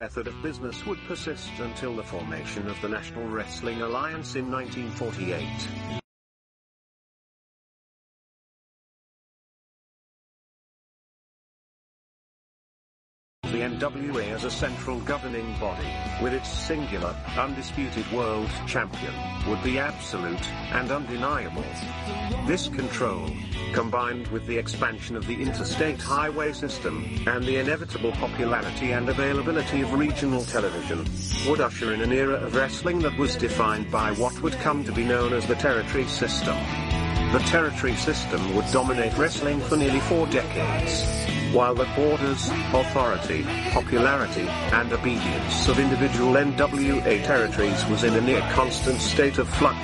method of business would persist until the formation of the National Wrestling Alliance in 1948. the NWA as a central governing body, with its singular, undisputed world champion, would be absolute and undeniable. This control, combined with the expansion of the interstate highway system, and the inevitable popularity and availability of regional television, would usher in an era of wrestling that was defined by what would come to be known as the territory system. The territory system would dominate wrestling for nearly four decades while the borders, authority, popularity, and obedience of individual NWA territories was in a near constant state of flux,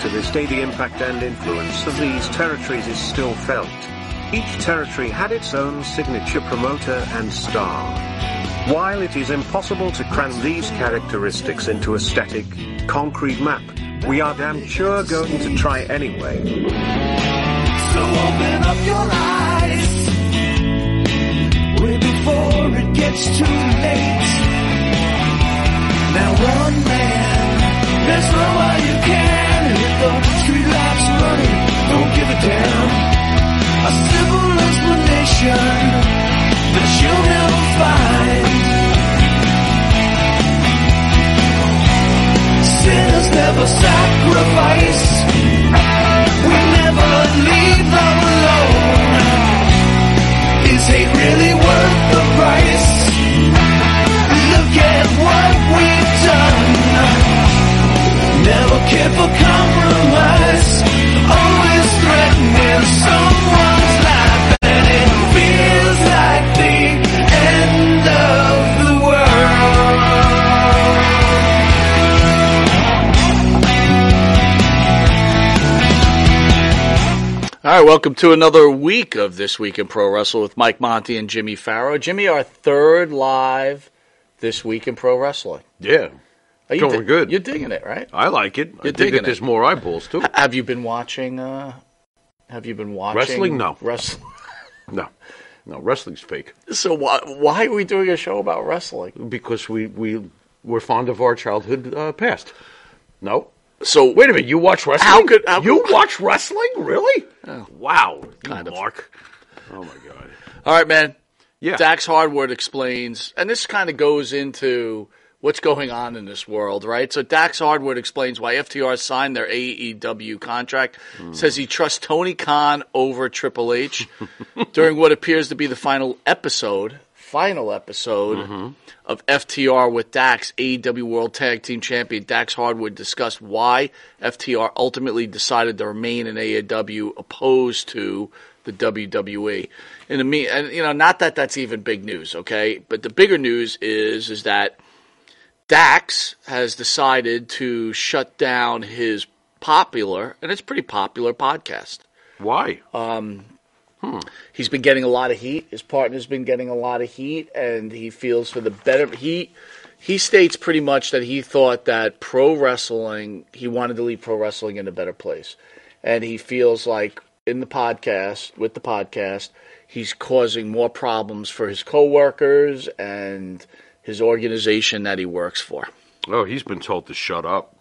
to this day the impact and influence of these territories is still felt. Each territory had its own signature promoter and star. While it is impossible to cram these characteristics into a static, concrete map, we are damn sure going to try anyway. So open up your eyes way before it gets too late. Now one man, there's no way you can. And if the streetlights are running, don't give a damn. A simple explanation that you'll never find. Sinners never sacrifice. We never leave them alone. Is hate really worth the price? Look at what we've done. Never care for compromise. Always threatening someone's life. And it feels like the end of the world. All right, welcome to another week of This Week in Pro Wrestling with Mike Monty and Jimmy Farrow. Jimmy, our third live This Week in Pro Wrestling. Yeah, Are you Going good. You're digging it, right? I like it. I You're think digging that there's it. more eyeballs too. Have you been watching? uh Have you been watching Wrestling? No. wrestling? No, no, wrestling's fake So why why are we doing a show about wrestling? because we we were fond of our childhood uh, past. No, So wait a minute. You watch wrestling? How could- how- you watch wrestling? Really? wow, Kind kind of. of Mark. Oh my God. All right, man. Yeah. Dax Hardwood explains, and this kind of goes into what's going on in this world, right? So Dax Hardwood explains why FTR signed their AEW contract. Says he trusts Tony Khan over Triple H during what appears to be the final episode, final episode of FTR with Dax, AEW World Tag Team Champion Dax Hardwood discussed why FTR ultimately decided to remain in AEW opposed to the WWE. And the me, and you know, not that that's even big news, okay? But the bigger news is is that Dax has decided to shut down his popular, and it's pretty popular podcast. Why? He's been getting a lot of heat. His partner's been getting a lot of heat, and he feels for the better. He he states pretty much that he thought that pro wrestling. He wanted to leave pro wrestling in a better place, and he feels like in the podcast with the podcast, he's causing more problems for his coworkers and his organization that he works for. oh, he's been told to shut up.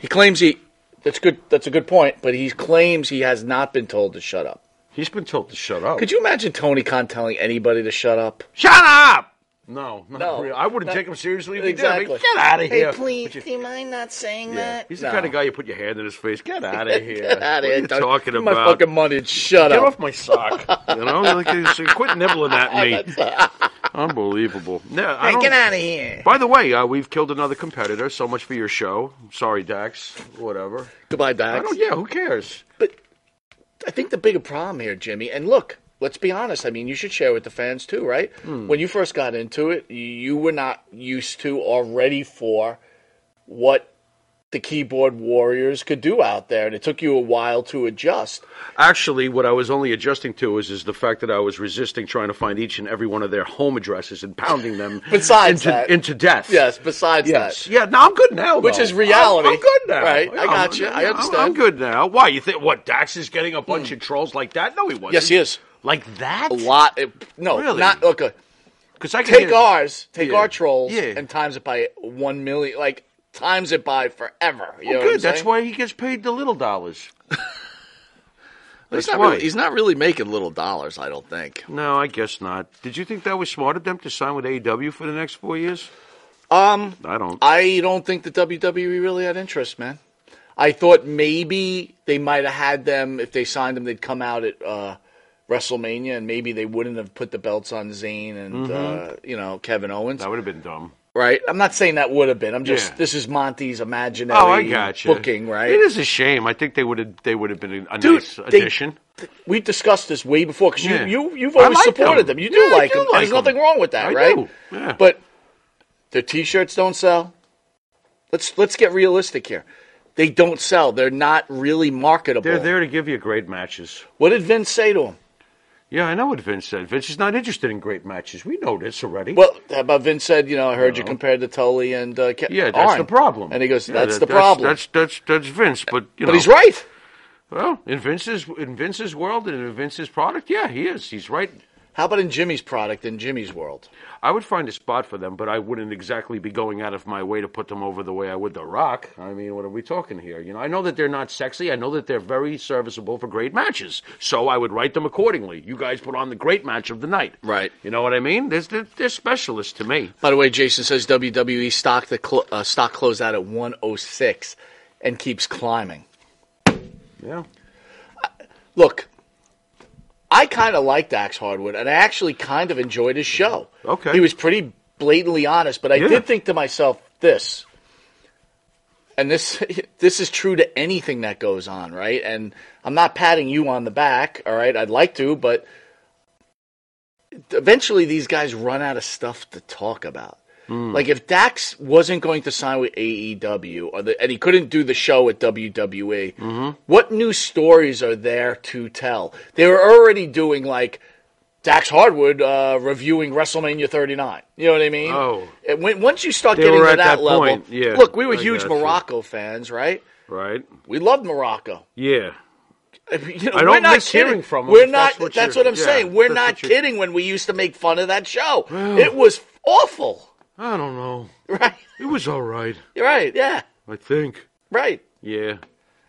He claims he that's good. That's a good point, but he claims he has not been told to shut up. He's been told to shut up. Could you imagine Tony Khan telling anybody to shut up? shut up? No, not No. really. I wouldn't No. take him seriously if he did. I Exactly. mean, get out of Hey, here. please, But you- do you mind not saying Yeah. that? He's the kind of guy you put your hand in his face. Get out of here. Get out of what here. Are you talking Give me about? My fucking money. and Shut Get up. off my sock. you know, like, it's- quit nibbling at me. Unbelievable. No, I Hey, don't- get out of here. By the way, uh, we've killed another competitor. So much for your show. Sorry, Dax. Whatever. Goodbye, I Dax. don't. Yeah, who cares? But I think the bigger problem here, Jimmy, and look, let's be honest. I mean, you should share with the fans too, right? Hmm. When you first got into it, you were not used to or ready for what the keyboard warriors could do out there, and it took you a while to adjust. Actually, what I was only adjusting to is is the fact that I was resisting trying to find each and every one of their home addresses and pounding them Besides into, that- into death. Yes. Besides Yes. that, Yeah. No, I'm good now. Which though. is reality. I'm, I'm good now. Right, I Yeah, got I'm- you. I I'm- understand. Hmm. I'm good now. Why you think what Dax is getting a bunch of trolls like that? No, he wasn't. yes, he is. Like that? a lot. It, no, Really? not uh, okay. Because I can Take hear- ours, take Yeah. our trolls, Yeah. and times it by one million. Like times it by forever. You know Well, what I'm Oh, good. That's saying? why he gets paid the little dollars. He's That's not, why. really, he's not really making little dollars, I don't think. No, I guess not. Did you think that was smart of them to sign with AEW for the next four years? Um, I don't. I don't think the WWE really had interest, man. I thought maybe they might have had them if they signed them, they'd come out at uh, WrestleMania, and maybe they wouldn't have put the belts on Zayn and uh, you know Kevin Owens, Mm-hmm. that would have been dumb. right? I'm not saying that would have been. I'm just Yeah. this is Monty's imaginary Oh, I got you. booking, right? It is a shame. I think they would have. They would have been a- a Dude, nice they- addition. we discussed this way before because Yeah. you, you you've I always like supported them. them. You do Yeah, I like do them. like There's them. nothing wrong with that, I right? do, yeah. But the t-shirts don't sell. Let's let's get realistic here. They don't sell. They're not really marketable. They're there to give you great matches. What did Vince say to him? Yeah, I know what Vince said. Vince is not interested in great matches. We know this already. Well, how about Vince said, you know, I heard you compared to Tully and uh, Ke- yeah, that's Arn. the problem. And he goes, Yeah, that's that- the problem. That's that's that's Vince. But you know, but he's right. Well, in Vince's in Vince's world and in Vince's product, yeah, he is. He's right. How about in Jimmy's product in Jimmy's world? I would find a spot for them, but I wouldn't exactly be going out of my way to put them over the way I would The Rock. I mean, what are we talking here? You know, I know that they're not sexy. I know that they're very serviceable for great matches. So I would write them accordingly. You guys put on the great match of the night. Right. You know what I mean? They're, they're, they're specialists to me. By the way, Jason says WWE stock the cl- uh, stock closed out at 106 and keeps climbing. Yeah. Look, I kind of liked Dax Hardwood, and I actually kind of enjoyed his show. Okay. He was pretty blatantly honest, but I Yeah. did think to myself this, and this this is true to anything that goes on, right? And I'm not patting you on the back, all right? I'd like to, but eventually these guys run out of stuff to talk about. Hmm. Like if Dax wasn't going to sign with AEW or the, and he couldn't do the show at WWE, Mm-hmm. what new stories are there to tell? They were already doing like Dax Hardwood uh, reviewing WrestleMania 39. You know what I mean? Oh. And when, once you start They getting were to at that, that level, point, yeah. look, we were I huge got you. Morocco fans, right? Right. We loved Morocco. Yeah. I mean, you know, I we're don't not miss hearing kidding. from them, We're if not. that's That's what what, you're- I'm yeah, saying. We're that's not what you're- kidding when we used to make fun of that show. it was awful, I don't know. right? It was all right, Right? Yeah. I think. Right. Yeah.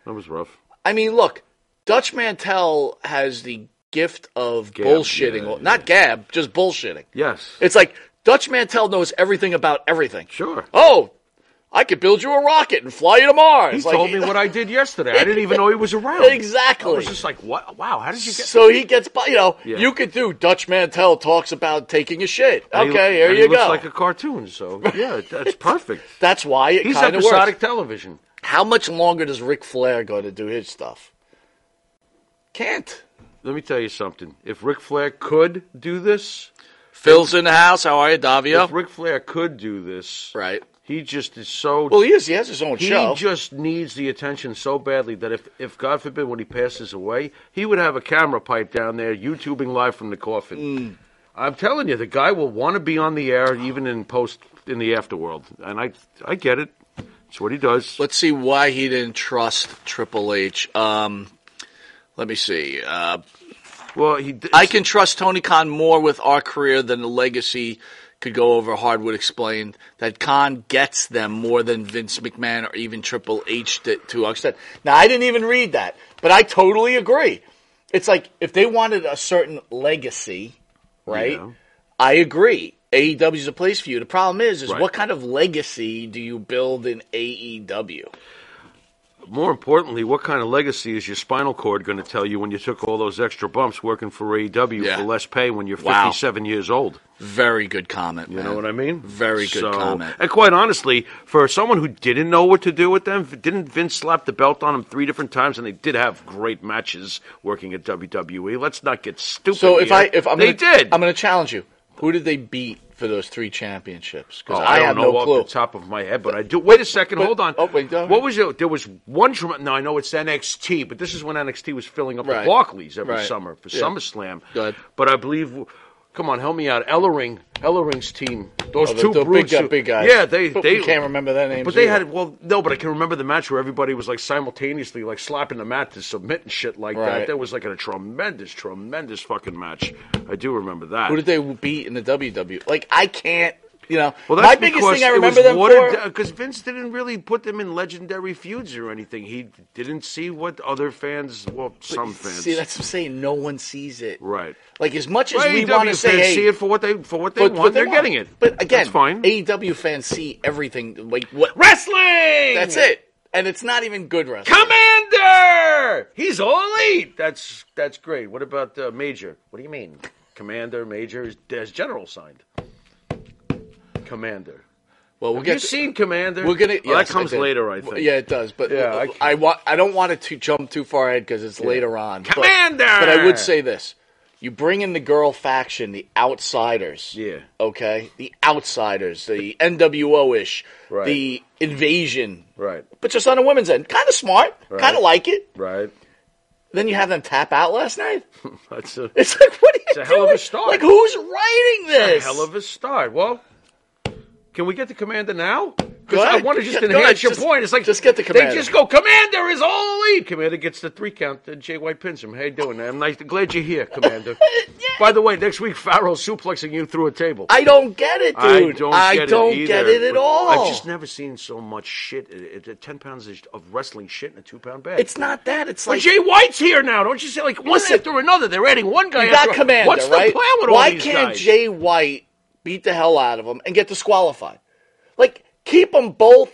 That was rough. I mean, look, Dutch Mantel has the gift of Gab, bullshitting. yeah, yeah. Not gab, just bullshitting. Yes. It's like Dutch Mantel knows everything about everything. Sure. Oh, I could build you a rocket and fly you to Mars. He Like, told me what I did yesterday. I didn't even know he was around. Exactly. I was just like, what? Wow, how did you get? So he gets, by- you know, Yeah. you could do Dutch Mantel talks about taking a shit. And he- Okay, here and you he looks go. like a cartoon. So yeah, that's perfect. That's why it He's kind of episodic works. television. How much longer does Ric Flair go to do his stuff? Can't. Let me tell you something. If Ric Flair could do this, Phil's in the house. How are you, if Davio? Ric Flair could do this, Right. He just is so. Well, he is. He has his own he show. just needs the attention so badly that if, if God forbid, when he passes away, he would have a camera pipe down there, YouTubing live from the coffin. Mm. I'm telling you, the guy will want to be on the air, even in post in the afterworld. And I, I get it. It's what he does. Let's see why he didn't trust Triple H. Um, let me see. Uh, well, he. d- I can trust Tony Khan more with our career than the legacy could go over. Hardwood explained that Khan gets them more than Vince McMahon or even Triple H did to an extent. Now, I didn't even read that, but I totally agree. It's like if they wanted a certain legacy, right? Yeah. I agree. AEW is a place for you. The problem is, is Right. what kind of legacy do you build in E AEW? More importantly, what kind of legacy is your spinal cord going to tell you when you took all those extra bumps working for AEW Yeah. for less pay when you're Wow. 57 years old? Very good comment. You know what I mean? Very good So- comment. And quite honestly, for someone who didn't know what to do with them, didn't Vince slap the belt on them three different times, and they did have great matches working at WWE. Let's not get stupid. So if here. I if I'm they gonna, did. I'm going to challenge you. Who did they beat for those three championships? Oh, Because I, don't have know no off clue. the top of my head, but I do. Wait a second, But- hold on. oh, wait, go ahead. what was it? There was one. trem- No, I know it's NXT, but this is when NXT was filling up Right. the Barclays every Right. summer for Yeah. SummerSlam. Go ahead. But I believe Come on, help me out. Ellering, Ellering's team. Those Oh, the- two the big brutes guy- who- big guys. Yeah, they But they we can't remember their names But they either. had well, no, but I can remember the match where everybody was like simultaneously like slapping the mat to submit and shit like Right. that. That was like a tremendous, tremendous fucking match. I do remember that. Who did they beat in the WW? Like I can't, you know. Well, my that's biggest because thing I it was remember them watered for. because Vince didn't really put them in legendary feuds or anything. He didn't see what other fans, well, some fans, See, that's what I'm saying. No one sees it. right. Like as much as Well, we AEW want to fans say, hey, see it for what they for what they but- but want. they're want- getting it. But again, that's fine. AEW fans see everything. Like what? Wrestling. That's it. And it's not even good wrestling. Commander. He's all elite. That's that's great. What about uh, Major? What do you mean, Commander? Major is there's General signed. Commander. Well, we'll Have get you to- seen Commander? We're gonna. Well, yes, that comes did. later, I think. Yeah, it does. But Yeah, I, I- want. I don't want it to jump too far ahead because it's later on. But- Commander! But, I would say this: you bring in the girl faction, the outsiders. Yeah. Okay, the outsiders, the NWO ish, Right. the invasion. Right. But just on the women's end, kind of smart, Right. kind of like it. Right. Then you have them tap out last night. That's a It's like, what are you It's a hell of doing? a start. Like, who's writing this? hell of a start. Well, can we get the commander now? Go Because I ahead. want to just Go ahead. enhance your Just- point. It's like just get the commander. They just go, commander is all elite. Commander gets the three count. Then Jay White pins him. How you doing? I'm nice. Glad you're here, commander. By the way, next week Farrell's suplexing you through a table. I don't get it, dude. don't either. get it at all. I've just never seen so much shit. It- it- Ten pounds of wrestling shit in a two-pound bag. It's not that. It's But like Jay White's here now, don't you say? Like one Listen, after another, they're adding one guy. You got after- Commander, What's right? the plan with Why all these can't guys? Jay White beat the hell out of him and get disqualified? Like, keep them both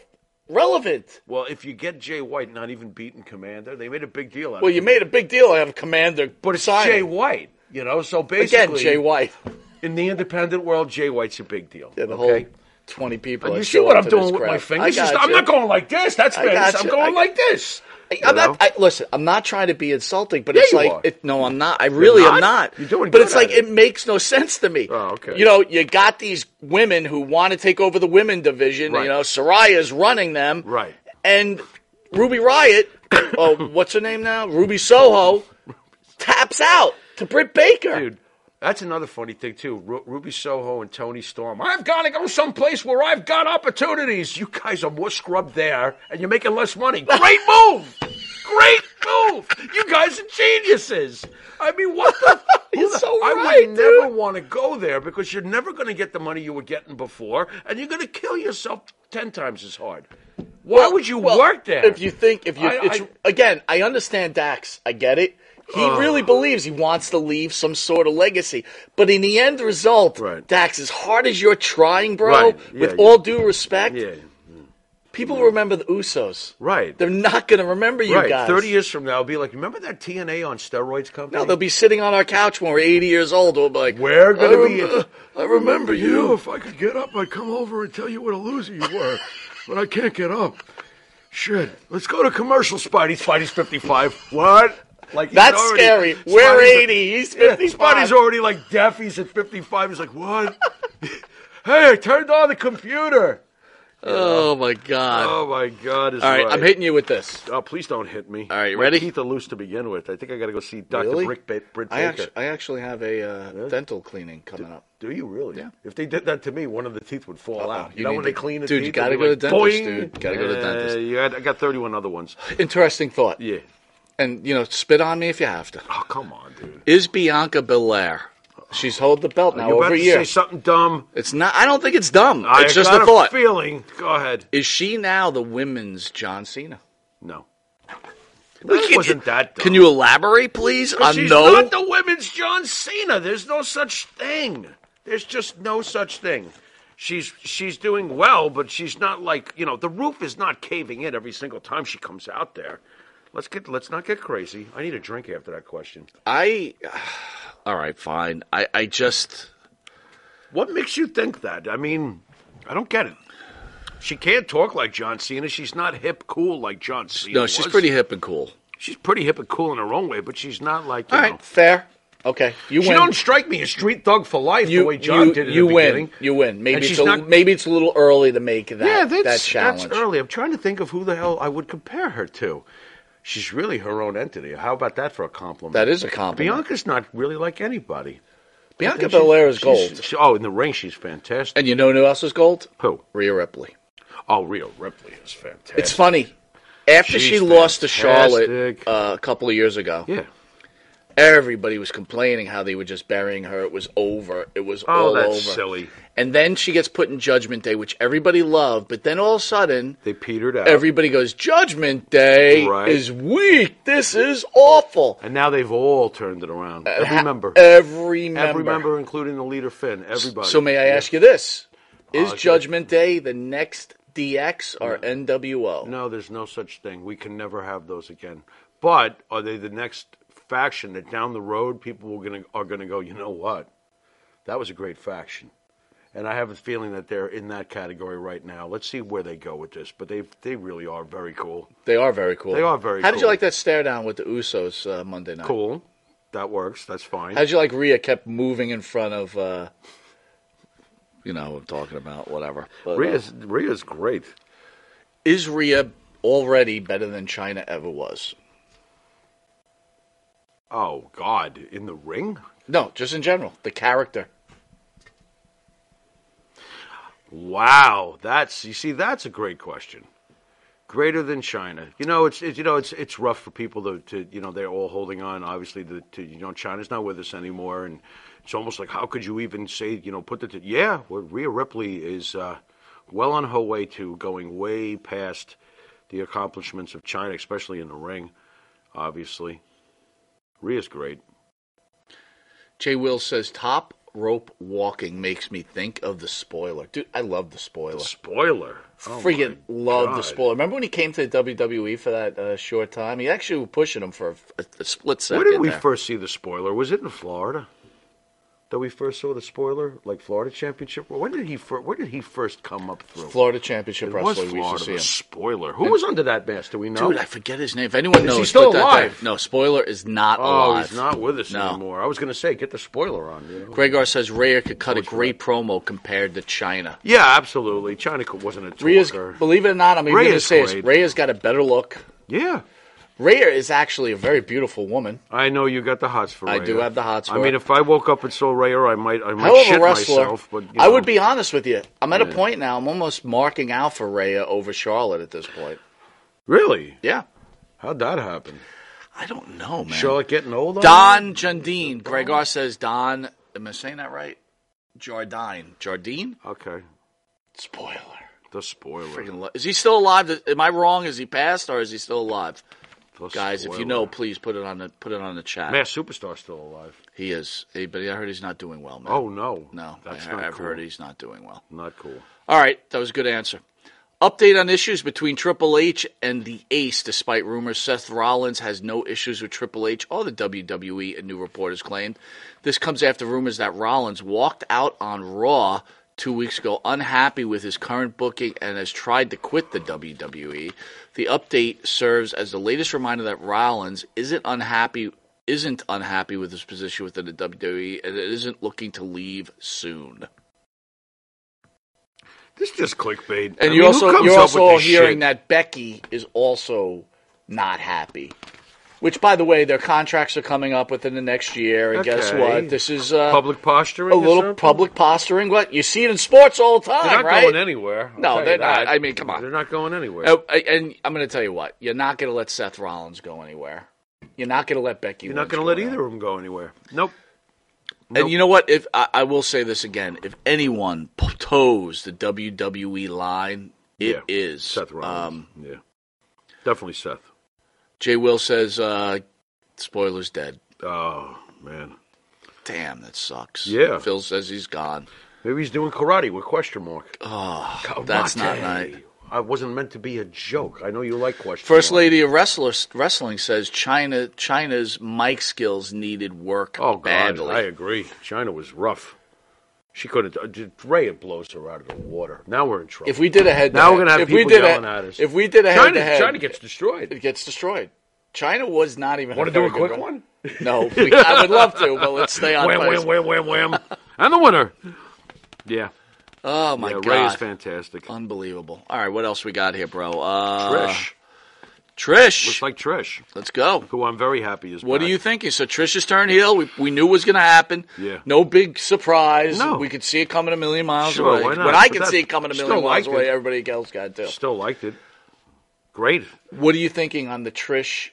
relevant. Well, if you get Jay White not even beating Commander, they made a big deal out Well, of it. you made a big deal out of Commander, But it's signing. Jay White, you know. So basically, again, Jay White. in the independent world, Jay White's a big deal. Yeah, the okay? whole twenty people. you that see show what up I'm to this doing with my crowd. fingers? I got I'm you. not going like this. That's I got Vince. I'm you. going I got- like this. I- I'm You not. know? I, listen, I'm not trying to be insulting, but Yeah, it's you like are. it, no, I'm not. I really am not? not. You're doing but good it's like at it. it. makes no sense to me. Oh, okay. You know, you got these women who want to take over the women division. Right. You know, Soraya's running them. Right. And Ruby Riot, oh, what's her name now? Ruby Soho taps out to Britt Baker. Dude, that's another funny thing too. Ru- Ruby Soho and Tony Storm. I've got to go someplace where I've got opportunities. You guys are more scrubbed there, and you're making less money. Great move. Great move. You guys are geniuses. I mean, what the? You're so I right, would dude. never want to go there because you're never going to get the money you were getting before, and you're going to kill yourself ten times as hard. Why would you Well, work there? If you think if you I- it's, I- again, I understand Dax. I get it. He really believes he wants to leave some sort of legacy, but in the end result, Right. Dax, as hard as you're trying, bro, Right, yeah, with yeah. all due respect, yeah. people remember the Usos. Right. They're not going to remember you Right, guys. thirty years from now, I'll be like, remember that TNA on steroids company? No, they'll be sitting on our couch when we're 80 years old. We'll be like, "Um, We're gonna I be- remember- I remember you. if I could get up, I'd come over and tell you what a loser you were. but I can't get up. Shit. Let's go to commercial, Spidey. Spidey's 55. What? Like he's That's already- scary. We're Spidey's- 80. He's 55. Spidey's already like deaf. He's at 55. He's like, what? hey, I turned on the computer. oh my god! Oh my God. All right, I'm hitting you with this. Oh, please don't hit me. All right, My ready? Teeth are loose to begin with. I think I got to go see Dr. Really? Brick ba- Britt I Baker. actually, I actually have a uh, dental cleaning coming up. Do you really? If they did that to me, one of the teeth would fall out. You, You know need when to- they clean the dude, you teeth? gotta and go to they're dentist, boing. dude. Gotta go to Yeah, dentist. You had, I got 31 other ones. Interesting thought. Yeah. And you know, spit on me if you have to. Oh, come on, dude. Is Bianca Belair? She's held the belt now You're Uh, about over a to year. say something dumb. It's not. I don't think it's dumb. I it's just got a thought. feeling. Go ahead. Is she now the women's John Cena? No. That wasn't that dumb. Can you elaborate, please? But On she's no. not the women's John Cena. There's no such thing. There's just no such thing. She's she's doing well, but she's not like you know the roof is not caving in every single time she comes out there. Let's get let's not get crazy. I need a drink after that question. I. All right, fine. I. I just. What makes you think that? I mean, I don't get it. She can't talk like John Cena. She's not hip cool like John Cena. No, she's was. pretty hip and cool. She's pretty hip and cool in her own way, but she's not like you All know. right, fair. Okay, you She win. don't strike me as street thug for life the way John did in you the win. beginning. You win. And Maybe it's she's a, not- maybe it's a little early to make that yeah, that's that challenge. that's early. I'm trying to think of who the hell I would compare her to. She's really her own entity. How about that for a compliment? That is a compliment. Bianca's not really like anybody. Bianca Belair is She's- gold. she- oh, in the ring, she's fantastic. And you know who else is gold? Who? Rhea Ripley. Oh, Rhea Ripley is fantastic. It's funny. After she She's lost to Charlotte fantastic. uh, a couple of years ago, yeah. everybody was complaining how they were just burying her. It was over. It was Oh, all that's over. silly. And then she gets put in Judgment Day, which everybody loved. But then all of a sudden, They petered out. everybody goes, Judgment Day Right. is weak. This is awful. and now they've all turned it around. Every Uh, Ha- member. Every member. Every member, including the leader Finn. Everybody. So may I Yeah. Uh, ask you this? Is sure. Judgment Day the next DX or NWO? No, there's no such thing. We can never have those again. But are they the next faction that down the road people are gonna are gonna go? You know what? That was a great faction, and I have a feeling that they're in that category right now. Let's see where they go with this. But they they really are very cool. They are very cool. They are very How did you cool. like that stare down with the Usos uh, Monday night? Cool. That works. That's fine. How did you like Rhea kept moving in front of, uh, you know, what I'm talking about, whatever. But, uh, Rhea's, Rhea's great. is Rhea already better than China ever was? Oh God, in the ring. No, just in general, the character. Wow, that's you see, that's a great question. Greater than China, you know. It's, it's you know, it's it's rough for people to, to you know they're all holding on. Obviously, to, to you know China's not with us anymore, and it's almost like how could you even say you know put the yeah? Well, Rhea Ripley is uh, well on her way to going way past the accomplishments of China, especially in the ring. Obviously, Rhea's great. Jay Will says top rope walking makes me think of the spoiler. Dude, I love the spoiler. Spoiler, Oh, Freaking my love the God. spoiler. Remember when he came to the WWE for that uh, short time? He actually was pushing him for a, a- a split second. Where did we there. first see the spoiler? Was it in Florida? That we first saw the spoiler, like Florida Championship. When did he? Fir- where did he first come up through? Florida Championship It was Wrestling. We Florida. used the to see spoiler. Who was under that mask? Do we know? him. Dude, I forget his name. If anyone Is he knows, still put that alive? down. No, spoiler is not oh, alive. he's not with us No. anymore. I was going to say, get the spoiler on. You know? Gregor says Rhea could cut a great promo compared to China. Yeah, absolutely. China co- wasn't a Rhea's, talker. believe it or not, I'm even Rhea's going to say this. great. Rhea's got a better look. yeah, Rhea is actually a very beautiful woman. I know you got the hots for. I Rhea. do have the hots I for mean, it. if I woke up and saw Rhea, I might, I might Hell of shit a wrestler. myself. But you I know. would be honest with you. I'm at Yeah. a point now. I'm almost marking out for Rhea over Charlotte at this point. really. Yeah, How'd that happen? I don't know, man. Charlotte getting old. Don Jardine. Gregor says Don. Am I saying that right? Jardine. Jardine. Okay, Spoiler. the spoiler. Freaking lo- is he still alive? Am I wrong? Is he passed or is he still alive? The Guys, if you spoiler. know, please put it on the put it on the chat. Mass Superstar's still alive. He is. Hey, but I heard he's not doing well, man. Oh no, no, that's I, not I've cool. heard he's not doing well. Not cool. All right, that was a good answer. Update on issues between Triple H and the Ace. Despite rumors Seth Rollins has no issues with Triple H or the WWE, a new report has claimed. This comes after rumors that Rollins walked out on Raw two weeks ago, unhappy with his current booking and has tried to quit the WWE. The update serves as the latest reminder that Rollins isn't unhappy isn't unhappy with his position within the WWE and isn't looking to leave soon. This is just clickbait. And I you mean, who also comes you're up also with all this hearing shit? that Becky is also not happy. Which, by the way, their contracts are coming up within the next year, and guess Okay. what? This is uh, public posturing. a or little something? public posturing. What you see it in sports all the time, They're not right? going anywhere. I'll No, tell you they're not. that. I mean, come on. they're not going anywhere. Oh, I- and I'm going to tell you what: you're not going to let Seth Rollins go anywhere. You're not going to let Becky. You're not Lynch going to go let anywhere. either of them go anywhere. Nope. And you know what? If I, I will say this again, if anyone p- toes the WWE line, it yeah. is Seth Rollins. Um, yeah, definitely Seth. Jay Will says, uh, "Spoilers dead." Oh man, Damn, that sucks. Yeah. Phil says he's gone. maybe he's doing karate with question mark. Oh, that's not Karate. nice. I wasn't meant to be a joke. I know you like question. First mark. lady of wrestlers, wrestling says China China's mic skills needed work Oh, God, badly. I agree. China was rough. She couldn't. uh, just- Ray blows her out of the water. Now we're in trouble. if we did a head, Now we're gonna have if we people did yelling a, at us. If we did a head China, to head, China gets destroyed. it gets destroyed. China was not even. Want a to do very a good quick wre- one? No, we, I would love to, but let's stay on. Wham, place. wham, wham, wham, wham. I'm the winner. Yeah. Oh my yeah, god, Ray is fantastic. unbelievable! All right, what else we got here, bro? Uh, Trish. Trish, Looks like Trish, let's go. who I'm very happy is. What do back. you think? So Trish's turned heel. We, we knew it was going to happen. Yeah. No big surprise. No. We could see it coming a million miles Sure, away. why not? When I But could that- see it coming a still million miles liked away, it. everybody else got to. Still liked it. Great. What are you thinking on the Trish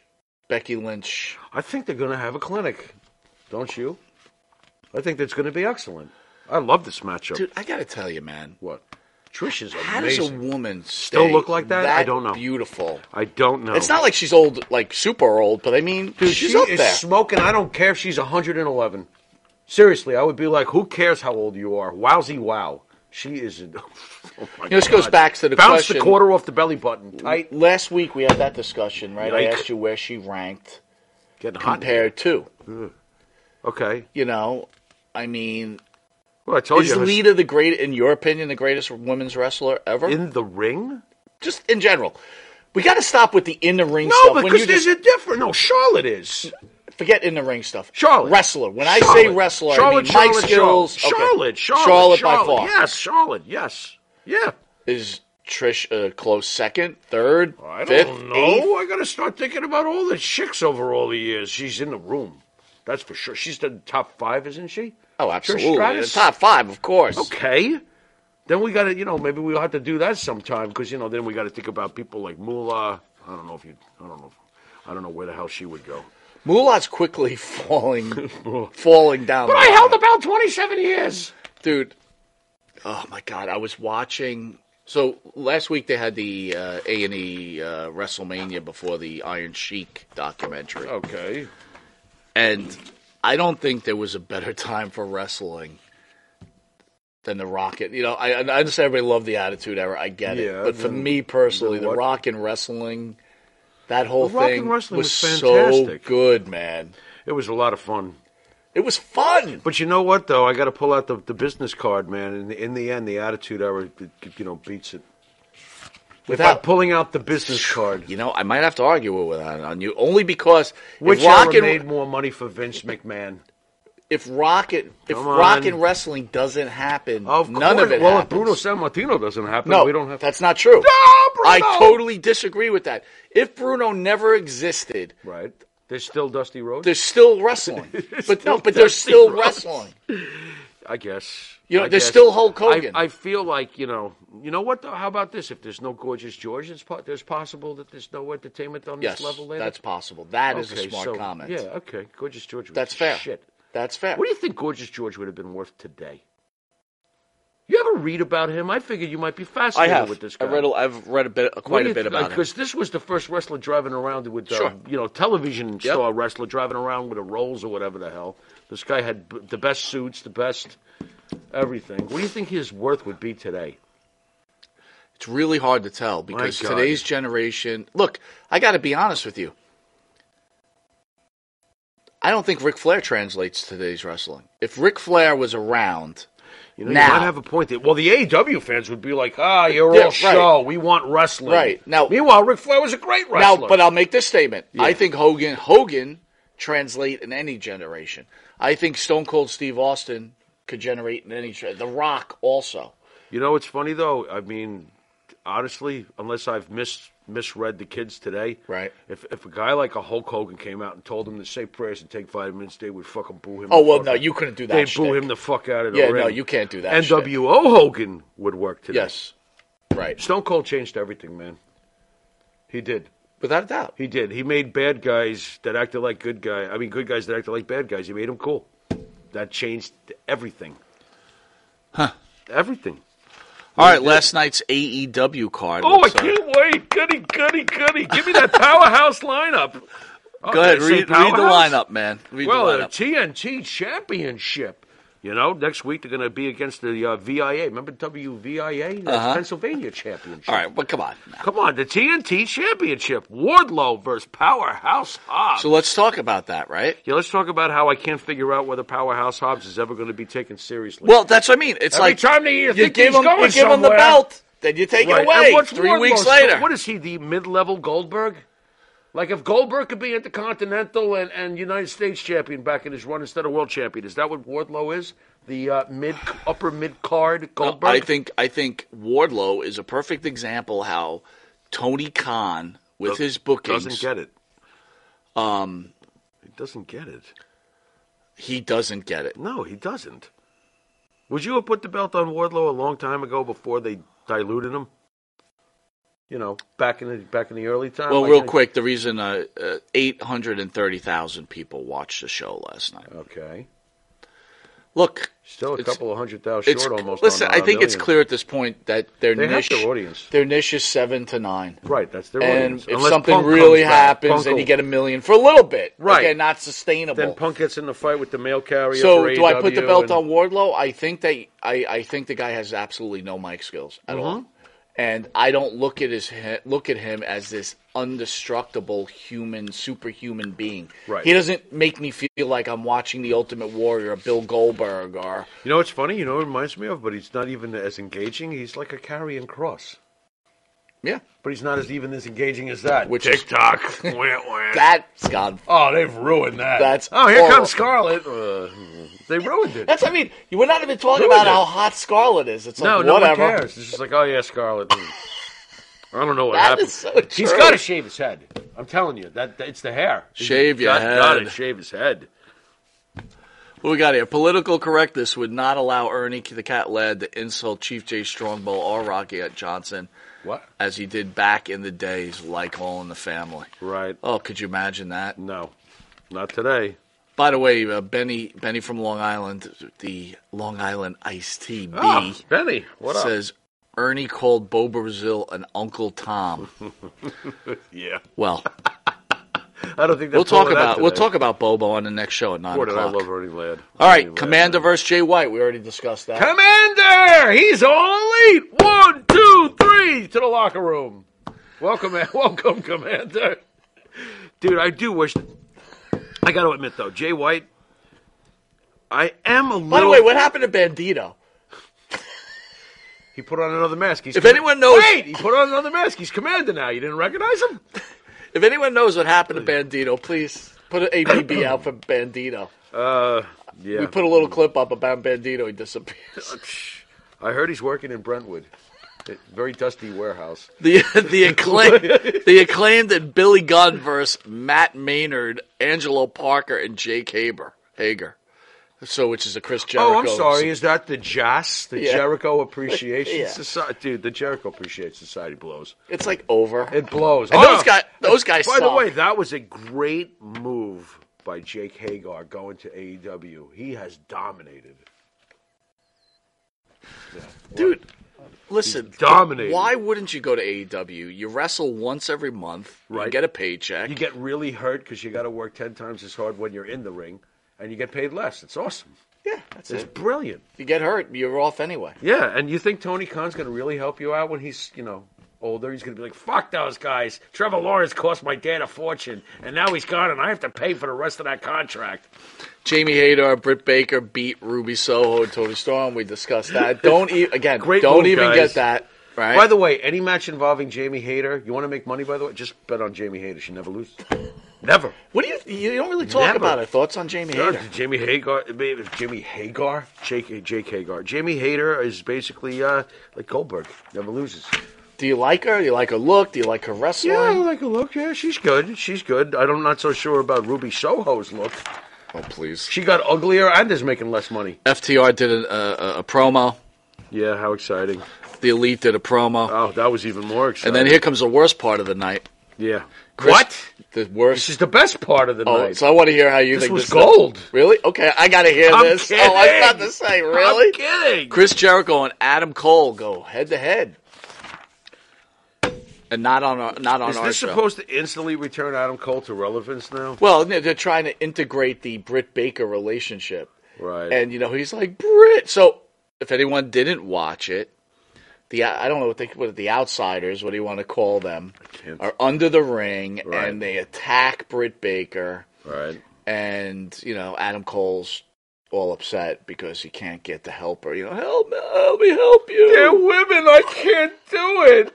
Becky Lynch? I think they're going to have a clinic, don't you? I think that's going to be excellent. I love this matchup. Dude, I got to tell you, man. What? Trish is How does a amazing. woman Still stay look like that? I don't know. Beautiful. I don't know. It's not like she's old, like super old, but I mean, Dude, she's she up is there. smoking. I don't care if she's 111. Seriously, I would be like, who cares how old you are? Wowsy wow. She is. oh my this goes God. back to the Bounce question- the quarter off the belly button. Tight. Last week we had that discussion, right? I Yike. asked you where she ranked Getting hot. compared to. Okay. You know, I mean, Well, I told is you. her- Lita the great, in your opinion, the greatest women's wrestler ever? in the ring? just in general, we got to stop with the in the ring No, stuff. when because you there's just a difference. No, Charlotte is. forget in the ring stuff, Charlotte. wrestler. When I say Charlotte. wrestler, Charlotte, I mean Mike Charlotte, Skills, okay. Charlotte, Charlotte, Charlotte, by far. Yes, Charlotte. Yes. Yeah. Is Trish a close second, third, I fifth, don't eighth? know. I got to start thinking about all the chicks over all the years. She's in the room. That's for sure. She's the top five, isn't she? Oh, Trish absolutely, Stratus? The top five, of course. Okay. Then we got to, you know, maybe we'll have to do that sometime because, you know, then we got to think about people like Moolah. I don't know if you, I don't know. I don't know where the hell she would go. Moolah's quickly falling, falling down. But the I bottom. held the belt 27 years. dude. Oh my god, I was watching. So last week they had the uh, A and E uh, WrestleMania before the Iron Sheik documentary, Okay. and I don't think there was a better time for wrestling than the Rocket. You know, I, I understand everybody loved the Attitude Era. I get Yeah, it, but for then- me personally, then the what? Rock and wrestling, that whole The Rock and thing wrestling was, was so fantastic. good, man. It was a lot of fun. It was fun. But you know what, though, I got to pull out the, the business card, man. In the, in the end, the attitude hour, you know, beats it. Without Without pulling out the business card, You know, I might have to argue with that on you only because if which Rock and made more money for Vince McMahon. if Rock and if Come Rock on. and wrestling doesn't happen, Of none course. of it. Well, happens. if Bruno San Martino doesn't happen, no, we don't have. that's not true. No, Bruno! I totally disagree with that. If Bruno never existed, right. There's still Dusty Rhodes. there's still wrestling, but no, still but there's Dusty still Rhodes. wrestling. I guess. You know, I there's guess. still Hulk Hogan. I, I feel like you know. You know what? Though? How about this? If there's no gorgeous George, it's po- there's possible that there's no entertainment on Yes, this level later. that's possible. That is Okay, a smart so- comment. Yeah. Okay. Gorgeous George. was That's fair. Shit. That's fair. What do you think Gorgeous George would have been worth today? You ever read about him? I figured you might be fascinated with this guy. I read. A, I've read a bit, quite a bit about him. because this was the first wrestler driving around with, uh, Sure. you know, television Yep. star wrestler driving around with a Rolls or whatever the hell. This guy had b- the best suits, the best everything. What do you think his worth would be today? It's really hard to tell because God. today's generation. Look, I got to be honest with you. I don't think Ric Flair translates to today's wrestling. If Ric Flair was around, You know, Now. you might have a point. There. Well, the AEW fans would be like, "Ah, you're Yeah, all right. show. We want wrestling." Right. Now- meanwhile, Ric Flair was a great wrestler. now, but uh, I'll make this statement. I think Hogan Hogan translate in any generation. I think Stone Cold Steve Austin could generate in any. gen- The Rock also. You know, it's funny though. I mean, honestly, unless I've mis misread the kids today, Right. If if a guy like a Hulk Hogan came out and told them to say prayers and take vitamins, they would fucking boo him. Oh the well, fuck no, out. you couldn't do that. They'd boo shtick. him the fuck out of the Yeah, ring. no, you can't do that shit. NWO Hogan would work today. Yes, right, Stone Cold changed everything, man. He did. without a doubt. He did. He made bad guys that acted like good guys. I mean, good guys that acted like bad guys. He made them cool. That changed everything. Huh? Everything. All right, last night's AEW card. Oh, I Let's, uh, can't wait! Goody, goody, goody! Give me that powerhouse lineup. Oh, Go ahead, did I say read, read the powerhouse? lineup, man. Read Well, the the lineup. TNT Championship. You know, next week they're going to be against the uh, VIA. Remember WVIA, That's Pennsylvania Championship. Uh-huh. All right, well, come on. now. Come on, the TNT Championship. Wardlow versus Powerhouse Hobbs. So let's talk about that, right? yeah, let's talk about how I can't figure out whether Powerhouse Hobbs is ever going to be taken seriously. Well, that's what I mean. It's Every like time they- you you think give he's him, you going give him the somewhere. belt, then you take Right, it and away what's three Wardlow's- weeks later. What is he, the mid level Goldberg? Like if Goldberg could be Intercontinental and, and United States champion back in his run instead of world champion, is that what Wardlow is? The uh, mid upper mid card Goldberg? I think I think Wardlow is a perfect example how Tony Khan with Doesn't- his bookings. Doesn't get it. Um, he doesn't get it. he doesn't get it. No, he doesn't. Would you have put the belt on Wardlow a long time ago before they diluted him? You know, back in the back in the early time. Well, like real Oh, I- quick, the reason uh, uh, 830,000 people watched the show last night. Okay. Look, Still a It's- couple of hundred thousand it's short almost. listen. on, I uh, think it's million. clear at this point that their They have niche, their audience. their niche is seven to nine. Right, that's their And audience. if Unless something Punk really comes back. happens, Punk then will- you get a million for a little bit. Right. Again, not sustainable. Then Punk gets in the fight with the mail carrier. So for do I put the AEW belt and- on Wardlow? I think that I, I think the guy has absolutely no mic skills at Mm-hmm. all, and I don't look at his he- look at him as this indestructible human superhuman being. Right. He doesn't make me feel like I'm watching the Ultimate Warrior, or Bill Goldberg, or You know what's funny? You know what it reminds me of? But he's not even as engaging. He's like a carrying cross. yeah, But he's not as even as engaging as that. Which is- TikTok. Wah, wah. that's God. oh, they've ruined that. That's oh, here horrible. comes Scarlet. Uh, they ruined it. That's I mean, you were not even talking Ruined about it. how hot Scarlet is. It's like no, no one whatever. cares. It's just like, oh yeah, Scarlet. I don't know what That happened. is so He's true. got to shave his head. I'm telling you, that, that- it's the hair. Shave your got, Got to head. shave his head. What we got here? Political correctness would not allow Ernie the Cat Lad to insult Chief J Strongbow or Rocky at Johnson. What? as he did back in the days, like All in the Family. Right. Oh, could you imagine that? No, not today. By the way, uh, Benny Benny from Long Island, the Long Island Iced Tea B, Oh, Benny, what up? says Ernie called Bo Brazil an Uncle Tom. yeah, Well, I don't think they're we'll talk pulling that about we'll today. talk about Bobo on the next show at nine Boy, did I o'clock. love Ernie Ladd. All right, Ernie Ladd. Commander versus Jay White. We already discussed that. Commander, he's all elite. One, two, three to the locker room. Welcome, welcome, Commander. Dude, I do wish. I got to admit though, Jay White. I am a little. By the way, what happened to Bandito? He put on another mask. He's If anyone knows- wait, he put on another mask. He's Commander now. You didn't recognize him? If anyone knows what happened to Bandito, please put an ABB out for Bandito. Uh, yeah. We put a little clip up about Bandito. He disappears. I heard he's working in Brentwood, a very dusty warehouse. The the acclaimed the acclaimed and Billy Gunn versus Matt Maynard, Angelo Parker, and Jake Haber Hager. So which is a Chris Jericho. Oh, I'm sorry. Is that the JAS, the Yeah. Jericho Appreciation Yeah. Society? Dude, the Jericho Appreciation Society blows. It's like over. It blows. And Hold those on. guy- those guys By the suck. way, that was a great move by Jake Hagar going to AEW. He has dominated. Dude, listen. Dominated. Why wouldn't you go to AEW? You wrestle once every month. You Right. get a paycheck. You get really hurt because you got to work ten times as hard when you're in the ring, and you get paid less. It's awesome. yeah, that's It's it. brilliant. You get hurt. You're off anyway. Yeah, and you think Tony Khan's going to really help you out when he's, you know, older? He's going to be like, fuck those guys. Trevor Lawrence cost my dad a fortune, and now he's gone, and I have to pay for the rest of that contract. Jamie Hader, Britt Baker beat Ruby Soho and Tony Storm. We discussed that. Don't e- again. Great don't move, even guys. get that. Right. By the way, any match involving Jamie Hayter, you want to make money, by the way? Just bet on Jamie Hayter. She never loses. Never. what do you? You don't really talk Never. about her thoughts on Jamie Uh, Hader. Jamie Hagar, maybe Jimmy Hagar, Jake, Jake Hagar. Jamie Hayter is basically uh, like Goldberg, never loses. Do you like her? Do you like her look? Do you like her wrestling? Yeah, I like a look. Yeah, she's good. She's good. I'm not so sure about Ruby Soho's look. Oh, please. She got uglier and is making less money. FTR did a, a, a promo. Yeah, how exciting! The Elite did a promo. Oh, that was even more exciting. and then here comes the worst part of the night. yeah, Chris- what? The This worst. is the best part of the Oh, night. so I want to hear how you This think was this gold. Really? Okay, I got to hear I'm this. kidding. Oh, I was about to say, I'm really? kidding. Chris Jericho and Adam Cole go head to head, and not on our not on Is our this show. supposed to instantly return Adam Cole to relevance now? well, no, they're trying to integrate the Britt Baker relationship. Right. and you know he's like Brit. So if anyone didn't watch it, the I don't know what they what the outsiders, what do you want to call them, can't. are under the ring Right. and they attack Britt Baker, right. and you know Adam Cole's all upset because he can't get the help or you know help me, help me help you. They're women. I can't do it.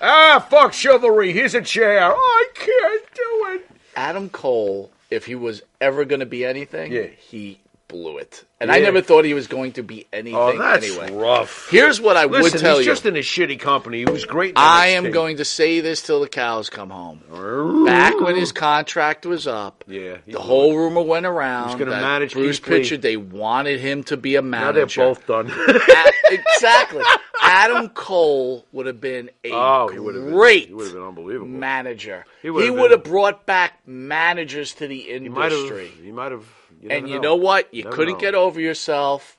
Ah, fuck chivalry. Here's a chair. I can't do it. Adam Cole, if he was ever going to be anything, Yeah. he blew it. And I never thought he was going to be anything Oh, that's anyway. rough. Here's what I Listen, would tell he's you. just in a shitty company. He was great. in I NXT. am going to say this till the cows come home. Back when his contract was up, Yeah, he the was. whole rumor went around. He's gonna that manage Bruce Keith Lee. Pritchard. They wanted him to be a Now they're manager. both done. A- exactly. Adam Cole would have been a oh, he would have been. great He would have been unbelievable. manager. He would have would have been- brought back managers to the he might have. industry. He might have. and never you know what? You Never couldn't know. get over yourself,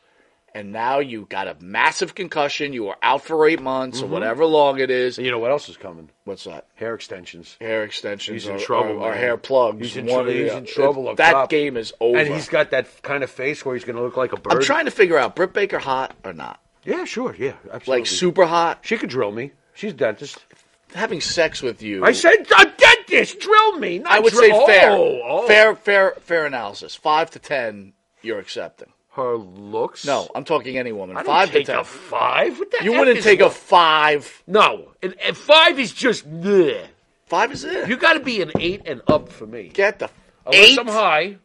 and now you got a massive concussion. You were out for eight months Mm-hmm. or whatever long it is. And you know what else is coming? What's that? Hair extensions. Hair extensions He's in or, trouble, or, or man. hair plugs. He's in, one tr- or the he's other. in trouble. up That top. game is over. And he's got that kind of face where he's going to look like a bird. I'm trying to figure out Britt Baker hot or not. Yeah, sure. Yeah, absolutely. Like super hot. She could drill me. She's a dentist. Having sex with you. I said a dentist drill me. Not I would drill- say fair, Oh, oh. fair, fair, fair analysis. Five to ten, you're accepting. Her looks. No, I'm talking any woman. I don't five take to ten. a five. What the you heck wouldn't is take one? a five. No, and, and five is just bleh. Five is it? You got to be an eight and up for me. get the Unless eight. I'm high,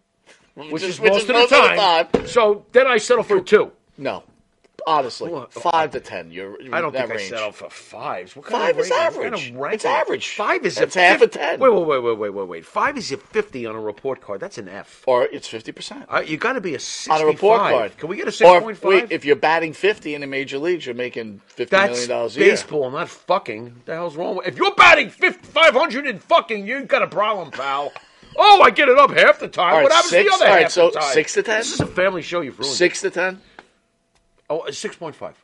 which is- is which most is of the most of the time. time. So then I settle for a two. No, honestly, What? five to ten. You're, you're I don't that think I range. settle for fives. What Five of is rank- what average. kind of rank It's is- average. Five is That's half a 50 10. Wait, wait, wait, wait, wait, wait, wait. Five is a fifty on a report card. That's an F. Or it's fifty percent Uh, you got to be a sixty-five. on a report card. Can we get a Or, six point Wait, five? if you're batting fifty in the major leagues, you're making fifty million That's dollars a year. baseball, not fucking. What the hell's wrong with If you're batting five hundred and fucking, you got a problem, pal. Oh, I get it up half the time. All right, what happens six? to the other All right, half so the time? six to ten? This is a family show. You've ruined. Six to ten. It. Oh, uh, six point five.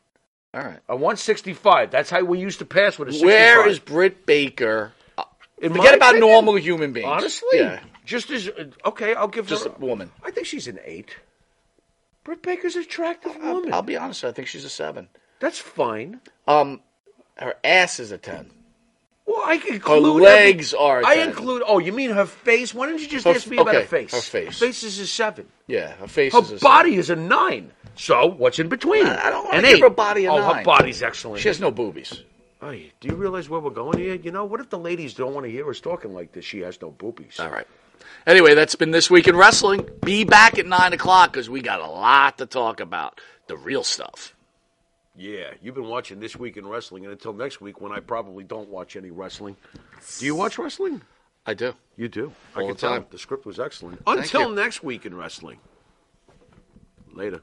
All right. A one sixty-five. That's how we used to pass with a. 65. Where is Britt Baker? In my Forget about opinion, normal human beings. Honestly, yeah, just as okay, I'll give just her. a woman. I think she's an eight. Britt Baker's an attractive I'll- woman. I'll be honest. I think she's a seven. That's fine. Um, her ass is a ten. Well, I include legs are I ten. include. Oh, you mean her face? Why didn't you just Her ask me f- about her okay, face? her face. Her face is a seven. Yeah, her face Her is a body is a nine. So what's in between? I- I don't wanna An give eight. her body a oh, her nine. body's Seven. excellent. She has no boobies. Hey, do you realize where we're going here? You know, what if the ladies don't want to hear us talking like this? She has no boobies. All right. Anyway, that's been this week in wrestling. Be back at nine o'clock because we got a lot to talk about. The real stuff. Yeah, you've been watching this week in wrestling, and until next week, when I probably don't watch any wrestling. Do you watch wrestling? I do. You do. I All can the tell. time. The script was excellent. Thank Until you. next week in wrestling. Later.